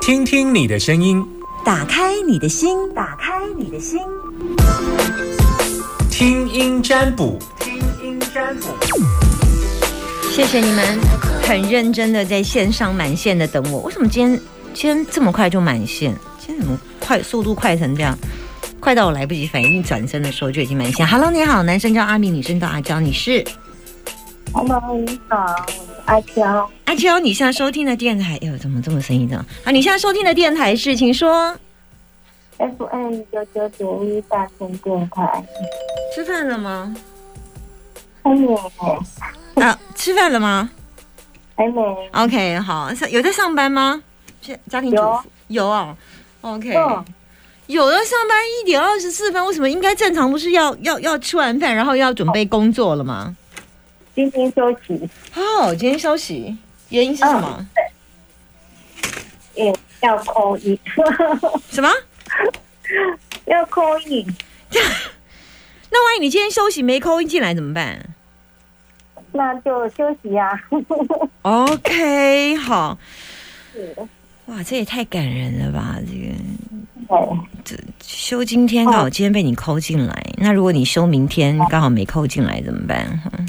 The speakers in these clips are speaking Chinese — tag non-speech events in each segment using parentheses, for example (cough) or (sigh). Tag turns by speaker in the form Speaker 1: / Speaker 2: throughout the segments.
Speaker 1: 听听你的声音，
Speaker 2: 打开你的心，打开你的心，
Speaker 1: 听音占卜，听音占卜。
Speaker 2: 谢谢你们很认真的在线上满线的等我。为什么今天今天这么快就满线？今天怎么快速度快成这样？快到我来不及反应，转身的时候就已经满线。Hello，你好，男生叫阿明，女生叫阿娇，你是
Speaker 3: Hello，你好，我是阿飘。
Speaker 2: 阿娇，你现在收听的电台，哎呦，怎么这么声音呢？啊，你现在收听的电台是，请说。
Speaker 3: FM 九九九一大千电台，
Speaker 2: 吃饭了吗？
Speaker 3: 还没，
Speaker 2: 啊，吃饭了吗
Speaker 3: 还没，
Speaker 2: ？OK，好，上有在上班吗？是家庭主妇有啊，OK，、
Speaker 3: 嗯，
Speaker 2: 有的上班一点二十四分，为什么应该正常不是要要要吃完饭，然后要准备工作了吗？
Speaker 3: 今天休息，
Speaker 2: 哦，今天休息，原因是什么？
Speaker 3: 也要扣一，
Speaker 2: 什么？
Speaker 3: (laughs) 要扣一，
Speaker 2: 那万一你今天休息没扣音进来怎么办？
Speaker 3: 那就休息啊。
Speaker 2: 嗯 OK，好，
Speaker 3: 是
Speaker 2: 哇，这也太感人了吧！这个
Speaker 3: (laughs) 对，哎
Speaker 2: 休今天刚好今天被你扣进来，那如果你休明天刚好没扣进来怎么办？
Speaker 3: 嗯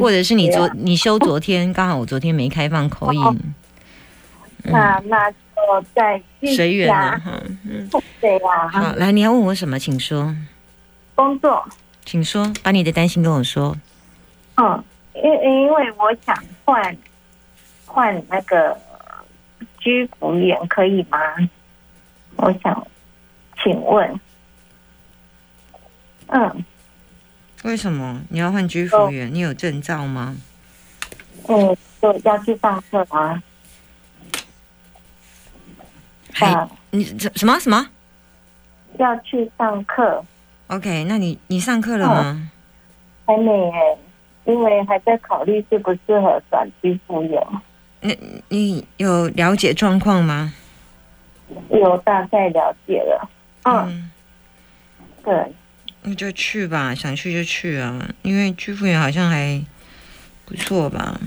Speaker 2: 或者是你昨你休昨天刚好我昨天没开放口音，
Speaker 3: 那那就再继
Speaker 2: 随
Speaker 3: 续
Speaker 2: 缘了
Speaker 3: 啊。
Speaker 2: 哈。嗯，
Speaker 3: (laughs) 对啊，
Speaker 2: 好，来，你要问我什么，请说，
Speaker 3: 工作，
Speaker 2: 请说，把你的担心跟我说。
Speaker 3: 嗯，因因为我想换换那个居服员，可以吗？我想请问，嗯。
Speaker 2: 为什么你要换居服
Speaker 3: 哦
Speaker 2: 员？你有证照吗？
Speaker 3: 嗯，就要去上课啊。
Speaker 2: 还
Speaker 3: 啊，
Speaker 2: 你什什么什么
Speaker 3: 要去上课，
Speaker 2: ？OK，那你你上课了
Speaker 3: 哦
Speaker 2: 吗？
Speaker 3: 还没耶，因为还在考虑适不适合转居服员，
Speaker 2: 你有了解状况吗？
Speaker 3: 有大概了解了。嗯，
Speaker 2: 嗯，
Speaker 3: 对，
Speaker 2: 那就去吧，想去就去啊，因为居服员好像还不错吧。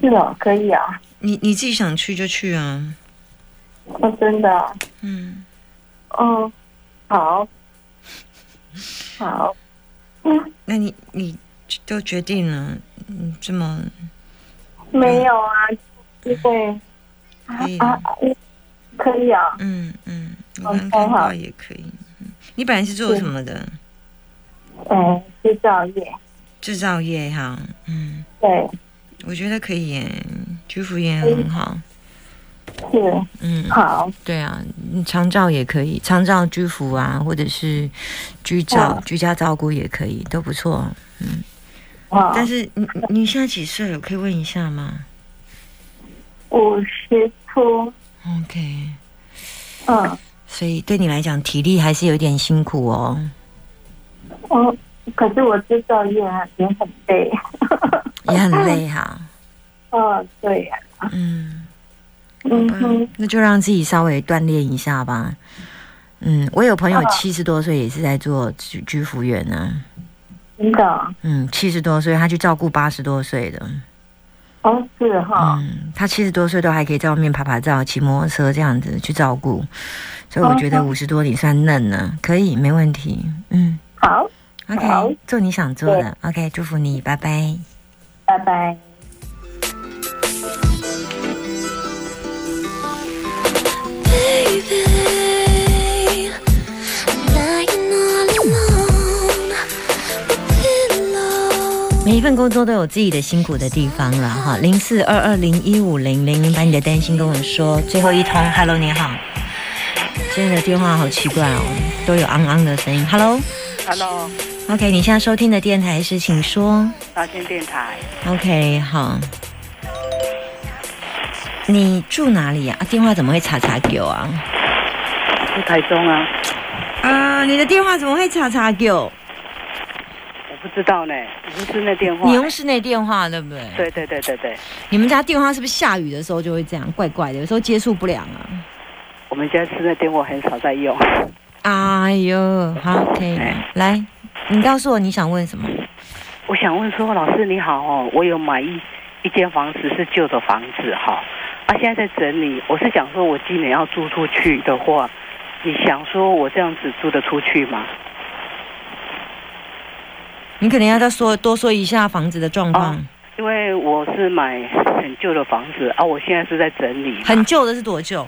Speaker 3: 是哦，可以啊，
Speaker 2: 你你自己想去就去啊，
Speaker 3: 哦，真的啊，
Speaker 2: 嗯。
Speaker 3: 嗯，好，好，
Speaker 2: 那你你都决定了，嗯，这么
Speaker 3: 没有啊，因为啊
Speaker 2: 可以
Speaker 3: 啊，啊可以啊，
Speaker 2: 嗯嗯，我刚
Speaker 3: 嗯
Speaker 2: 看
Speaker 3: 好
Speaker 2: 到
Speaker 3: 好
Speaker 2: 也可以。嗯你本来是做什么的？
Speaker 3: 嗯，制造业，
Speaker 2: 制造业哈，嗯，
Speaker 3: 对，
Speaker 2: 我觉得可以耶，居服也很好，
Speaker 3: 是
Speaker 2: 嗯，
Speaker 3: 好，
Speaker 2: 对啊，嗯长照也可以，长照居服啊，或者是居照、
Speaker 3: 嗯
Speaker 2: 居家照顾也可以，都不错。
Speaker 3: 好，
Speaker 2: 但是你你你现在几岁了？我可以问一下吗
Speaker 3: 五十出，
Speaker 2: ？OK，
Speaker 3: 嗯。
Speaker 2: 所以对你来讲，体力还是有点辛苦哦。
Speaker 3: 哦，可是我制造业啊也很累。
Speaker 2: 也很累哈。
Speaker 3: 哦，对呀、
Speaker 2: 嗯，
Speaker 3: 嗯哼，
Speaker 2: 那就让自己稍微锻炼一下吧。嗯，我有朋友
Speaker 3: 嗯
Speaker 2: 七十多岁也是在做居居服员呢、
Speaker 3: 真的啊
Speaker 2: 嗯，七十多岁他去照顾八十多岁的。
Speaker 3: 哦，是哈、
Speaker 2: 嗯，他七十多岁都还可以在外面爬爬照、骑摩托车这样子去照顾，所以我觉得
Speaker 3: 嗯
Speaker 2: 五十多你算嫩了，可以没问题。嗯
Speaker 3: 好，好
Speaker 2: ，OK，做你想做的。OK，祝福你，拜拜。
Speaker 3: 拜拜。
Speaker 4: Baby, I'm lying all alone. The pillow.
Speaker 2: 每一份工作都有自己的辛苦的地方了哈，零四二二零一五零零零，把你的担心跟我说。最后一通，Hello，你好，今天的电话好奇怪哦，都有昂昂的声音。Hello，OK，、
Speaker 5: Hello，
Speaker 2: 你现在收听的电台是，请说。
Speaker 5: 大千电台，
Speaker 2: OK，好。你住哪里呀、啊？电话怎么会查查给我啊？
Speaker 5: 住台中啊，
Speaker 2: 啊，你的电话怎么会查查给我？
Speaker 5: 我不知道呢，我不是那电话
Speaker 2: 你。用室内电话对不对？。
Speaker 5: 对对对对对，
Speaker 2: 你们家电话是不是下雨的时候就会这样，怪怪的，有时候接触不良啊？
Speaker 5: 我们家是那电话很少在用。
Speaker 2: 哎呦，好，可以了来，你告诉我你想问什么？
Speaker 5: 我想问说，老师你好哦，我有买一一间房子是旧的房子哈、啊，啊，现在在整理。我是想说，我今年要租出去的话，你想说我这样子租得出去吗？
Speaker 2: 你可能要再说多说一下房子的状况。
Speaker 5: 哦因为我是买很旧的房子啊，我现在是在整理嘛，
Speaker 2: 很旧的是多久？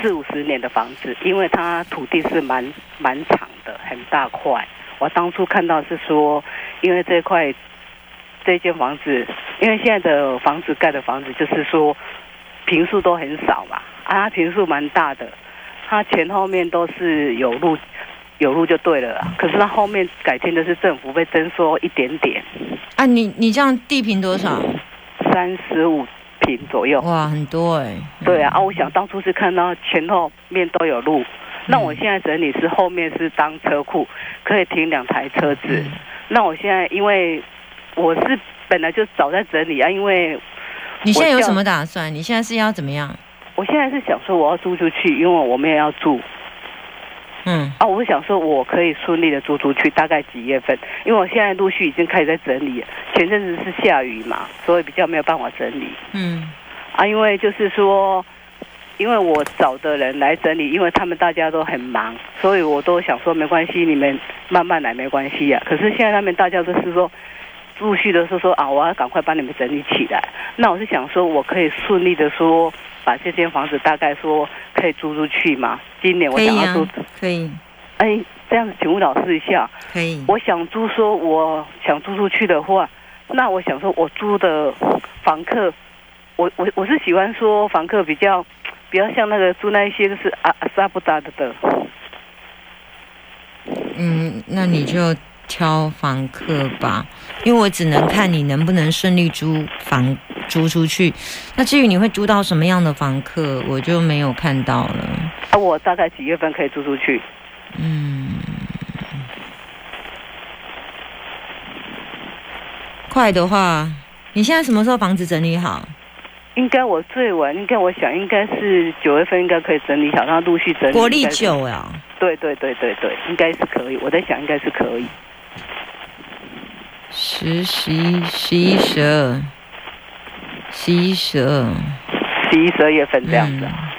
Speaker 5: 四五十年的房子，因为它土地是蛮蛮长的，很大块。我当初看到是说，因为这块这间房子，因为现在的房子盖的房子就是说平数都很少嘛，啊，它平数蛮大的，它前后面都是有路。有路就对了啦，可是它后面改天就是政府被征收一点点，
Speaker 2: 啊，你你这样地平多少？
Speaker 5: 三十五平左右。
Speaker 2: 哇，很多哎、
Speaker 5: 对啊，啊，我想当初是看到前后面都有
Speaker 2: 嗯
Speaker 5: 路，那我现在整理是后面是当车库，可以停两台车
Speaker 2: 嗯
Speaker 5: 子。那我现在因为我是本来就早在整理啊，因为
Speaker 2: 你现在有
Speaker 5: 我叫
Speaker 2: 什么打算？你现在是要怎么样？
Speaker 5: 我现在是想说我要租出去，因为我们也要住
Speaker 2: 嗯，
Speaker 5: 啊，我想说我可以顺利的租出去，大概几月份？因为我现在陆续已经开始在整理了，前阵子是下雨嘛，所以比较没有办法整理。
Speaker 2: 嗯，
Speaker 5: 啊，因为就是说，因为我找的人来整理，因为他们大家都很忙，所以我都想说没关系，你们慢慢来没关系呀、啊可是现在他们大家都是说。陆续的说说啊，我要赶快帮你们整理起来。那我是想说，我可以顺利的说，把这间房子大概说可以租出去吗？今年我
Speaker 2: 可以
Speaker 5: 想要
Speaker 2: 啊
Speaker 5: 租，，
Speaker 2: 可以，
Speaker 5: 哎，这样子，请问老师一下，
Speaker 2: 可以。
Speaker 5: 我想租，说我想租出去的话，那我想说，我租的房客，我我我是喜欢说房客比较比较像那个租那一些就是啊啊沙不搭的的，
Speaker 2: 嗯，那你就挑房客吧，因为我只能看你能不能顺利租房租出去。那至于你会租到什么样的房客，我就没有看到了。
Speaker 5: 啊，我大概几月份可以租出去？
Speaker 2: 嗯，快的话，你现在什么时候房子整理好？
Speaker 5: 应该我最晚，应该我想应该是九月份应该可以整理好，让它陆续整理。
Speaker 2: 国历
Speaker 5: 应该是，
Speaker 2: 九呀、
Speaker 5: 对对对对对，应该是可以。我在想应该是可以。
Speaker 2: 十、十一、十一、十二，十一、十二。
Speaker 5: 十一、十二月份这样子
Speaker 2: 嗯
Speaker 5: 啊、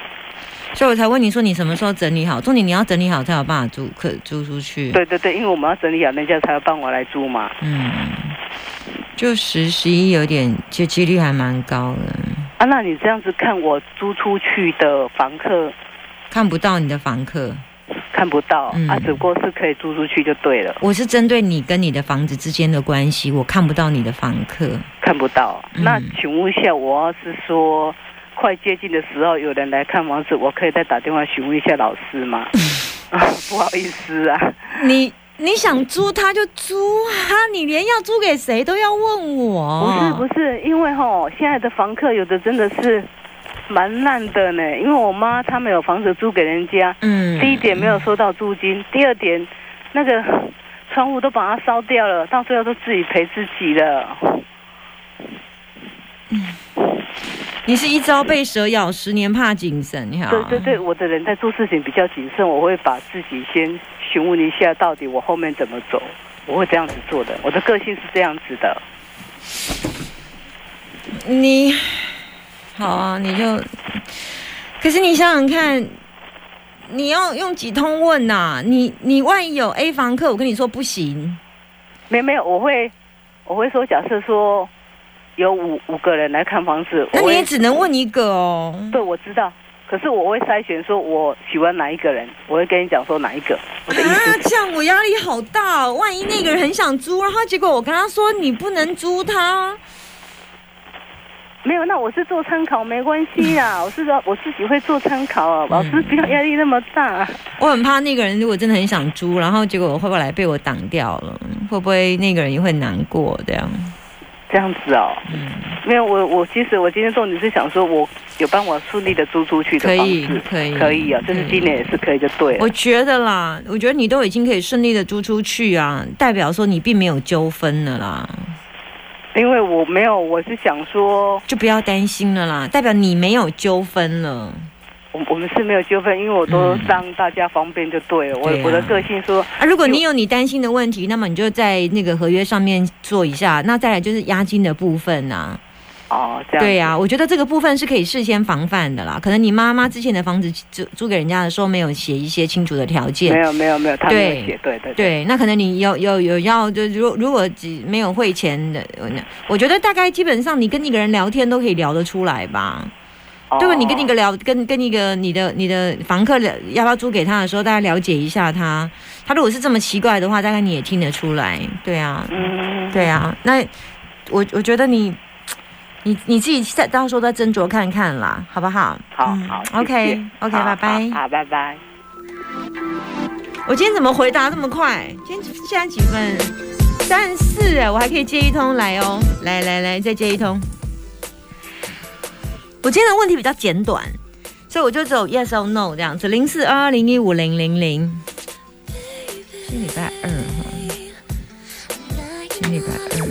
Speaker 2: 所以我才问你说你什么时候整理好？重点你要整理好才有办法租可租出去。，
Speaker 5: 对对对，因为我们要整理好，人家才要帮我来租嘛。
Speaker 2: 嗯，就十十一有点，就几率还蛮高的，
Speaker 5: 啊，那你这样子看我租出去的房客
Speaker 2: 看不到你的房客。
Speaker 5: 看不到、
Speaker 2: 嗯
Speaker 5: 啊，只不过是可以租出去就对了，
Speaker 2: 我是针对你跟你的房子之间的关系，我看不到你的房客。
Speaker 5: 看不到。
Speaker 2: 嗯
Speaker 5: 那请问一下，我要是说快接近的时候有人来看房子，我可以再打电话询问一下老师
Speaker 2: (laughs)
Speaker 5: 吗？啊，不好意思啊，
Speaker 2: 你你想租他就租啊，你连要租给谁都要问我。
Speaker 5: 不是不是，因为吼现在的房客有的真的是蛮烂的呢，因为我妈他们有房子租给人家，
Speaker 2: 嗯，
Speaker 5: 第一点没有收到租金，第二点那个窗户都把它烧掉了，到最后都自己赔自己了。
Speaker 2: 你是一朝被蛇咬，十年怕井绳，你好。
Speaker 5: 对对对，我的人在做事情比较谨慎，我会把自己先询问一下，到底我后面怎么走，我会这样子做的。我的个性是这样子的。
Speaker 2: 你好啊，你就，可是你想想看，你要用几通问呐、你你万一有 A 房客，我跟你说不行，
Speaker 5: 没没有，我会我会说，假设说有五五个人来看房子，
Speaker 2: 那
Speaker 5: 我
Speaker 2: 你
Speaker 5: 会
Speaker 2: 也只能问一个哦。
Speaker 5: 对我知道，可是我会筛选说我喜欢哪一个人，我会跟你讲说哪一个。我的意思
Speaker 2: 啊，这样我压力好大、哦。万一那个人很想租，然后结果我跟他说你不能租他，
Speaker 5: 没有，那我是做参考，没关系啊。我是说我自己会做参考啊，
Speaker 2: 嗯
Speaker 5: 老师不要压力那么大、啊
Speaker 2: 我很怕那个人如果真的很想租，然后结果后来被我挡掉了，会不会那个人也会难过？这样，
Speaker 5: 这样子哦，
Speaker 2: 嗯
Speaker 5: 没有我我其实我今天重点是想说，我有帮我顺利的租出去的
Speaker 2: 可
Speaker 5: 房
Speaker 2: 以
Speaker 5: 子，
Speaker 2: 可以
Speaker 5: 可以啊，就是
Speaker 2: 对
Speaker 5: 今年也是可以就对啊了
Speaker 2: 我。觉得啦，我觉得你都已经可以顺利的租出去啊，代表说你并没有纠纷了啦，
Speaker 5: 因为我没有，我是想说，
Speaker 2: 就不要担心了啦，代表你没有纠纷了。
Speaker 5: 我我们是没有纠纷，因为我都
Speaker 2: 嗯
Speaker 5: 让大家方便就对了。我
Speaker 2: 对啊
Speaker 5: 我的个性说，
Speaker 2: 啊，如果你有你担心的问题，那么你就在那个合约上面做一下。那再来就是押金的部分啊，
Speaker 5: 哦，这样
Speaker 2: 对呀、我觉得这个部分是可以事先防范的啦。可能你妈妈之前的房子租租给人家的时候，没有写一些清楚的条件，
Speaker 5: 没有没有没有，他没
Speaker 2: 对
Speaker 5: 有写，对
Speaker 2: (laughs)
Speaker 5: 对对，
Speaker 2: 对，那可能你有有有要，就如如果只没有汇钱的，呃那我觉得大概基本上你跟一个人聊天都可以聊得出来吧。
Speaker 5: 哦
Speaker 2: 对吧？你跟一个聊，跟跟一个你的你的房客聊，要不要租给他的时候，大家了解一下他。他如果是这么奇怪的话，大概你也听得出来。对啊，
Speaker 5: 嗯，
Speaker 2: 对啊。那我我觉得你你你自己再到时候再斟酌看看啦，好不好？
Speaker 5: 好
Speaker 2: 嗯
Speaker 5: 好谢谢
Speaker 2: OK OK，
Speaker 5: 好
Speaker 2: 拜拜。
Speaker 5: 好，好拜拜。
Speaker 2: 我今天怎么回答这么快？今天现在几分？三十四哎，我还可以接一通来哦，来来来，再接一通。我今天的问题比较简短，所以我就只有 yes or no 这样子，零四二二零一五零零零。今天礼拜二哈，今天礼拜二。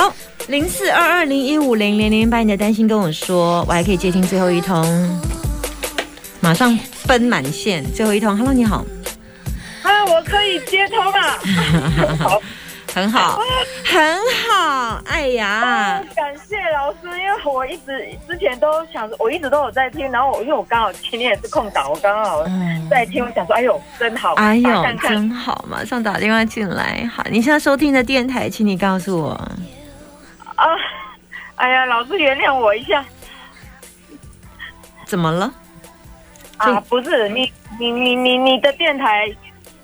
Speaker 2: 好，零四二二零一五零零零，把你的担心跟我说，我还可以接听最后一通，马上奔满线，最后一通。Hello，你好。
Speaker 6: 啊，我可以接通了，
Speaker 2: 很好，很好，哎呀，
Speaker 6: 感谢老师，因为我一直之前都想着，我一直都有在听，然后我因为我刚好今天也是空档，我刚好
Speaker 2: 嗯，
Speaker 6: 在听，我想说，哎呦，真好，
Speaker 2: 哎
Speaker 6: 打
Speaker 2: 呦
Speaker 6: 看，看
Speaker 2: 真好，马上打电话进来。好，你现在收听的电台，请你告诉我，
Speaker 6: 啊，哎呀，老师原谅我一下
Speaker 2: 怎么了？
Speaker 6: 啊，不是你你你你你的电台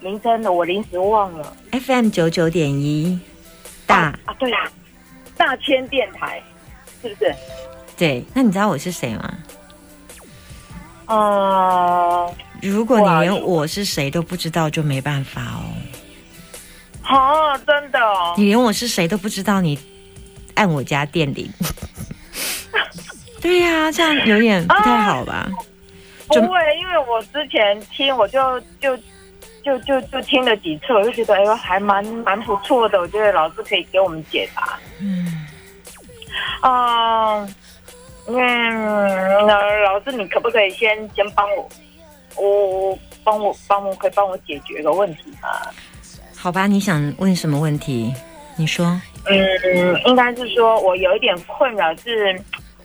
Speaker 6: 名称的我临时忘了
Speaker 2: FM 九九点一，大
Speaker 6: 啊，对啊，大千电台是不是？
Speaker 2: 对，那你知道我是谁吗？
Speaker 6: 呃，
Speaker 2: 如果你
Speaker 6: 哇
Speaker 2: 连我是谁都不知道，就没办法哦。
Speaker 6: 哦，真的哦，
Speaker 2: 你连我是谁都不知道，你按我家电 (laughs) 铃。对呀、这样有点不太好吧？
Speaker 6: 不
Speaker 2: 就
Speaker 6: 会，因为我之前听我就就就就就听了几次，我就觉得哎呦还蛮蛮不错的，我觉得老师可以给我们解答。
Speaker 2: 嗯，
Speaker 6: 嗯嗯，那老师你可不可以先先帮我，我我帮我帮我可以帮我解决个问题吗？
Speaker 2: 好吧，你想问什么问题？你说。
Speaker 6: 嗯，应该是说我有一点困扰是，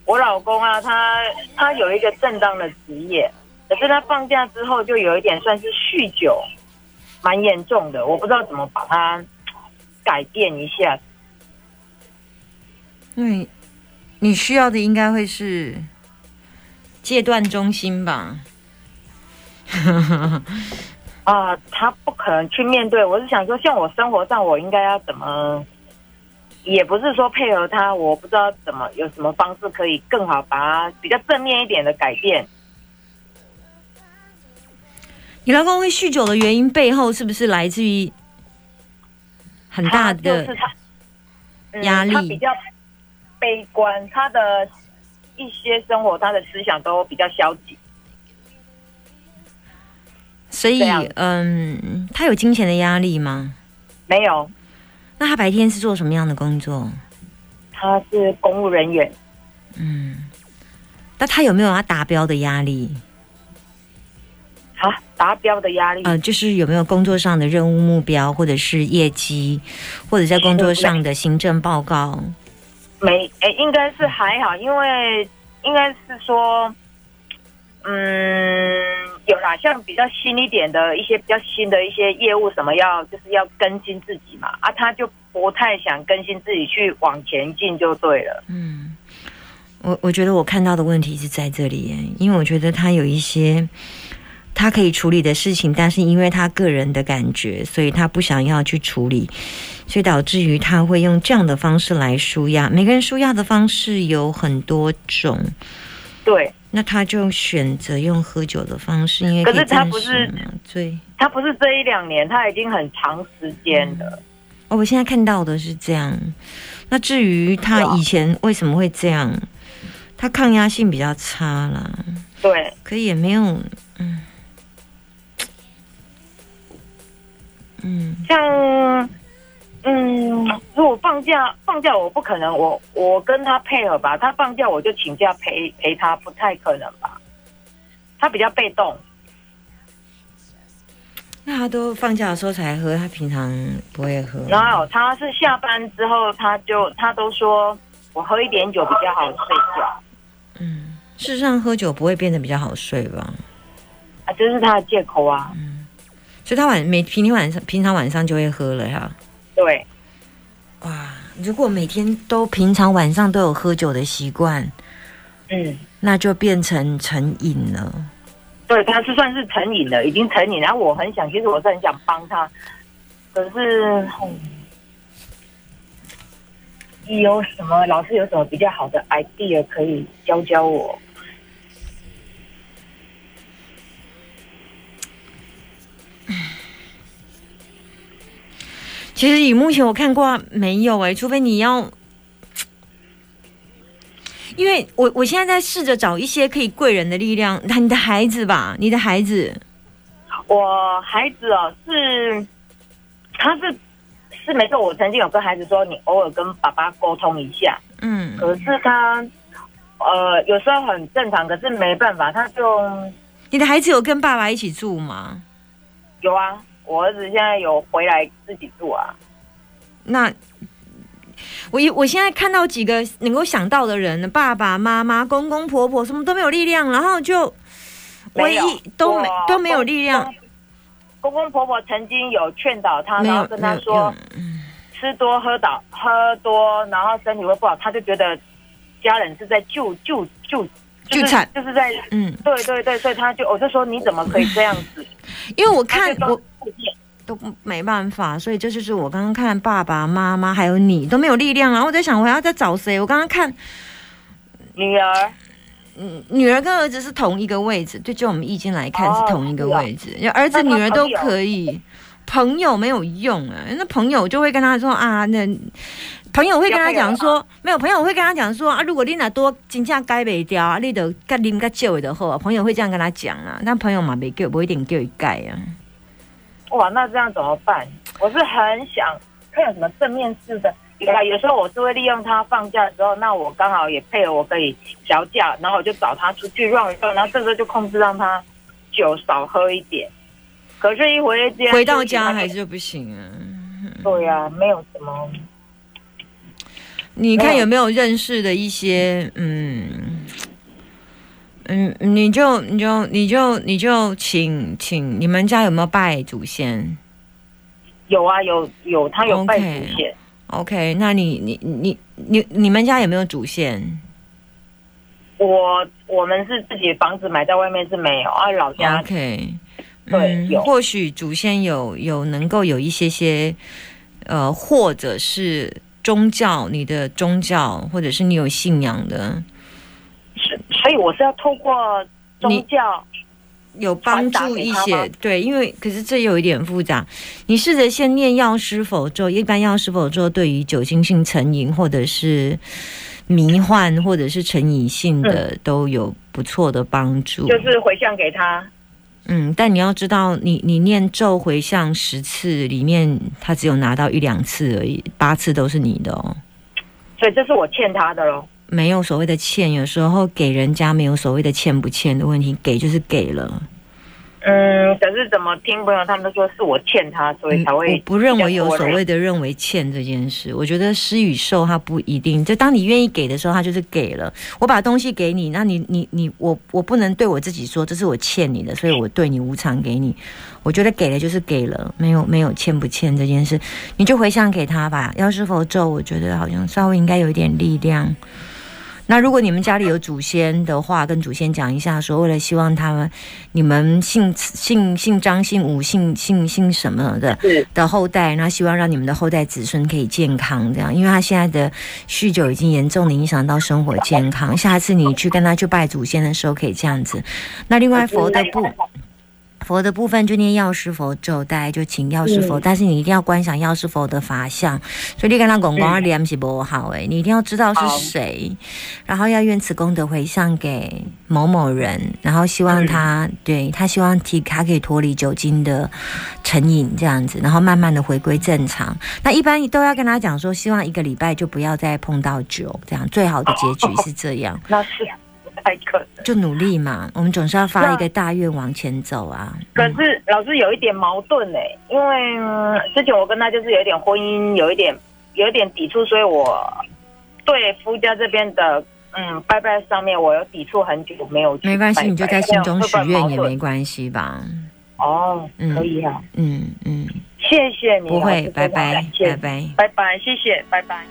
Speaker 6: 我老公啊，他他有一个正当的职业，可是他放假之后就有一点算是酗酒，蛮严重的，我不知道怎么把它改变一下。
Speaker 2: 对，你需要的应该会是戒断中心吧？ (laughs)
Speaker 6: 啊、他不可能去面对。我是想说，像我生活上，我应该要怎么，也不是说配合他，我不知道怎么有什么方式可以更好把他比较正面一点的改变。
Speaker 2: 你老公会酗酒的原因背后是不是来自于很大
Speaker 6: 他啊就
Speaker 2: 的
Speaker 6: 是？他嗯
Speaker 2: 压力
Speaker 6: 他比较悲观，他的一些生活，他的思想都比较消极。
Speaker 2: 所以
Speaker 6: 这样，
Speaker 2: 嗯，他有金钱的压力吗？
Speaker 6: 没有，
Speaker 2: 那他白天是做什么样的工作？
Speaker 6: 他是公务人员，
Speaker 2: 嗯，那他有没有要达标的压力？
Speaker 6: 啊，达标的压力。
Speaker 2: 呃，就是有没有工作上的任务目标，或者是业绩，或者在工作上的行政报告？
Speaker 6: 没，诶、应该是还好，因为应该是说，嗯，有啦，像比较新一点的一些比较新的一些业务，什么要就是要更新自己嘛，啊，他就不太想更新自己去往前进就对了。
Speaker 2: 嗯，我我觉得我看到的问题是在这里耶，因为我觉得他有一些他可以处理的事情，但是因为他个人的感觉，所以他不想要去处理，所以导致于他会用这样的方式来舒压。每个人舒压的方式有很多种，
Speaker 6: 对
Speaker 2: 那他就选择用喝酒的方式，因为
Speaker 6: 可是
Speaker 2: 以
Speaker 6: 他
Speaker 2: 暂
Speaker 6: 不
Speaker 2: 时
Speaker 6: 是
Speaker 2: 嘛对。
Speaker 6: 他不是这一两年，他已经很长时间了。
Speaker 2: 哦，我现在看到的是这样。那至于他
Speaker 6: 是啊
Speaker 2: 以前为什么会这样，他抗压性比较差啦。
Speaker 6: 对，
Speaker 2: 可也没有，嗯，嗯，
Speaker 6: 像。嗯，如果放假放假，我不可能，我我跟他配合吧。他放假我就请假陪陪他，不太可能吧？他比较被动。
Speaker 2: 那他都放假的时候才喝，他平常不会喝。
Speaker 6: 然后他是下班之后，他就他都说，我我喝一点酒比较好睡觉
Speaker 2: 事实上，喝酒不会变得比较好睡吧？
Speaker 6: 啊，这是他的借口啊。
Speaker 2: 所以他晚每平天晚上平常晚上就会喝了呀。
Speaker 6: 对，
Speaker 2: 哇，如果每天都平常晚上都有喝酒的习惯，
Speaker 6: 嗯，
Speaker 2: 那就变成成瘾了。
Speaker 6: 对，他是算是成瘾了，已经成瘾了。然后我很想，其实我是很想帮他，可是、嗯你哎有什么老师有什么比较好的 idea 可以教教我？
Speaker 2: 其实以目前我看过啊没有哎、除非你要，因为我我现在在试着找一些可以贵人的力量，你的孩子吧，你的孩子，
Speaker 6: 我孩子哦，是他是是没错，我曾经有跟孩子说，你偶尔跟爸爸沟通一下，
Speaker 2: 嗯
Speaker 6: 可是他呃有时候很正常，可是没办法，他就
Speaker 2: 你的孩子有跟爸爸一起住吗？
Speaker 6: 有啊。我儿子现在有回来自己住啊，
Speaker 2: 那我也我现在看到几个能够想到的人，爸爸妈妈、公公婆婆什么都没有力量，然后就唯
Speaker 6: 没有
Speaker 2: 一都没
Speaker 6: 我
Speaker 2: 都没有力量，。
Speaker 6: 公公婆婆曾经有劝导他，
Speaker 2: 没
Speaker 6: 然后
Speaker 2: 有
Speaker 6: 跟
Speaker 2: 没
Speaker 6: 他
Speaker 2: 有
Speaker 6: 说
Speaker 2: 用，
Speaker 6: 吃多喝少，喝多然后身体会不好，他就觉得家人是在救救救
Speaker 2: 救
Speaker 6: 就是
Speaker 2: 惨
Speaker 6: 就是在
Speaker 2: 嗯，
Speaker 6: 对对对，所以他就我就说你怎么可以这样子？
Speaker 2: 因为我
Speaker 6: 他
Speaker 2: 看
Speaker 6: 就说
Speaker 2: 我都没办法，所以这就是我刚刚看爸爸妈妈还有你都没有力量，然后我在想我还要再找谁？我刚刚看
Speaker 6: 女儿
Speaker 2: 嗯女儿跟儿子是同一个位置，对，就我们易经来看
Speaker 6: 哦
Speaker 2: 是啊同一个位置，儿子
Speaker 6: 那他
Speaker 2: 女儿都
Speaker 6: 朋友
Speaker 2: 可以，朋友没有用啊，那朋友就会跟他说啊，那朋友会跟他讲说，没有朋友会跟他讲说啊，如果你哪多金价该没掉啊，你得该啉该酒的后，朋友会这样跟他讲啊，那朋友嘛没给，不一定给一盖啊。
Speaker 6: 哇，那这样怎么办？我是很想看有什么正面式的。有啊，有时候我是会利用他放假的时候，那我刚好也配合我可以小假，然后我就找他出去 run 一 run，然后这时候就控制让他酒少喝一点。可是，一回家
Speaker 2: 回到家
Speaker 6: 他就
Speaker 2: 还是不行啊。
Speaker 6: 对呀、啊，没有什么。
Speaker 2: 你看有没有认识的一些嗯嗯，你就你就你就你就请请你们家有没有拜祖先
Speaker 6: 有啊，有有，他有拜祖
Speaker 2: OK
Speaker 6: 先
Speaker 2: ？OK，那你你你你你们家有没有祖先
Speaker 6: 我我们是自己房子买在外面是没有啊，老家
Speaker 2: ？OK，嗯
Speaker 6: 对有
Speaker 2: 或许祖先有有能够有一些些呃，或者是宗教，你的宗教或者是你有信仰的，
Speaker 6: 是所以我是要透过
Speaker 2: 你
Speaker 6: 宗教，
Speaker 2: 有帮助一
Speaker 6: 传达给他
Speaker 2: 些
Speaker 6: 吗，
Speaker 2: 对，因为可是这有一点复杂。你试着先念药师佛咒，一般药师佛咒对于酒精性成瘾或者是迷幻或者是成瘾性的、都有不错的帮助。
Speaker 6: 嗯就是回向给他。
Speaker 2: 嗯，但你要知道，你你念咒回向十次，里面他只有拿到一两次而已，八次都是你的哦。
Speaker 6: 所以这是我欠他的喽。
Speaker 2: 没有所谓的欠，有时候给人家没有所谓的欠不欠的问题，给就是给了。
Speaker 6: 嗯，可是怎么听朋友他们都说是我欠他，所以才
Speaker 2: 嗯我
Speaker 6: 会
Speaker 2: 不认为有所
Speaker 6: 比较多
Speaker 2: 谓
Speaker 6: 人
Speaker 2: 的认为欠这件事。我觉得施与受，它不一定。就当你愿意给的时候，它就是给了。我把东西给你，那你你你我我不能对我自己说这是我欠你的，所以我对你无偿给你。我觉得给了就是给了，没有没有欠不欠这件事，你就回向给他吧。要是佛咒，我觉得好像稍微应该有一点力量。那如果你们家里有祖先的话，跟祖先讲一下说为了希望他们你们姓姓姓张、姓武、姓姓姓什么的，
Speaker 6: 是
Speaker 2: 的后代，那希望让你们的后代子孙可以健康，这样，因为他现在的酗酒已经严重的影响到生活健康。下次你去跟他去拜祖先的时候，可以这样子。那另外佛的部佛的部分就念药师佛咒，大家就请药师佛，但是你一定要观想药师佛的法相。所以你跟他讲讲，念是不好诶，你一定要知道是谁，然后要愿此功德回向给某某人，然后希望他、对他希望提他可以脱离酒精的成瘾这样子，然后慢慢的回归正常。那一般都要跟他讲说，希望一个礼拜就不要再碰到酒，这样最好的结局是这样。
Speaker 6: 那是不太可能。
Speaker 2: 就努力嘛，我们总是要发
Speaker 6: 那
Speaker 2: 一个大愿往前走啊。
Speaker 6: 可是老师有一点矛盾呢、因为、嗯之前我跟他就是有一点婚姻，有一点有一点抵触，所以我对夫家这边的嗯拜拜上面，我有抵触很久没有去拜拜。
Speaker 2: 没关系，你就在心中许愿也
Speaker 6: 这样会不会
Speaker 2: 没
Speaker 6: 矛盾
Speaker 2: 关系吧。
Speaker 6: 哦，
Speaker 2: 嗯
Speaker 6: 可以啊，
Speaker 2: 嗯嗯，
Speaker 6: 谢谢你啊，
Speaker 2: 不会
Speaker 6: 非，常
Speaker 2: 拜拜
Speaker 6: 感，谢
Speaker 2: 拜拜。
Speaker 6: 拜拜，谢谢，拜拜。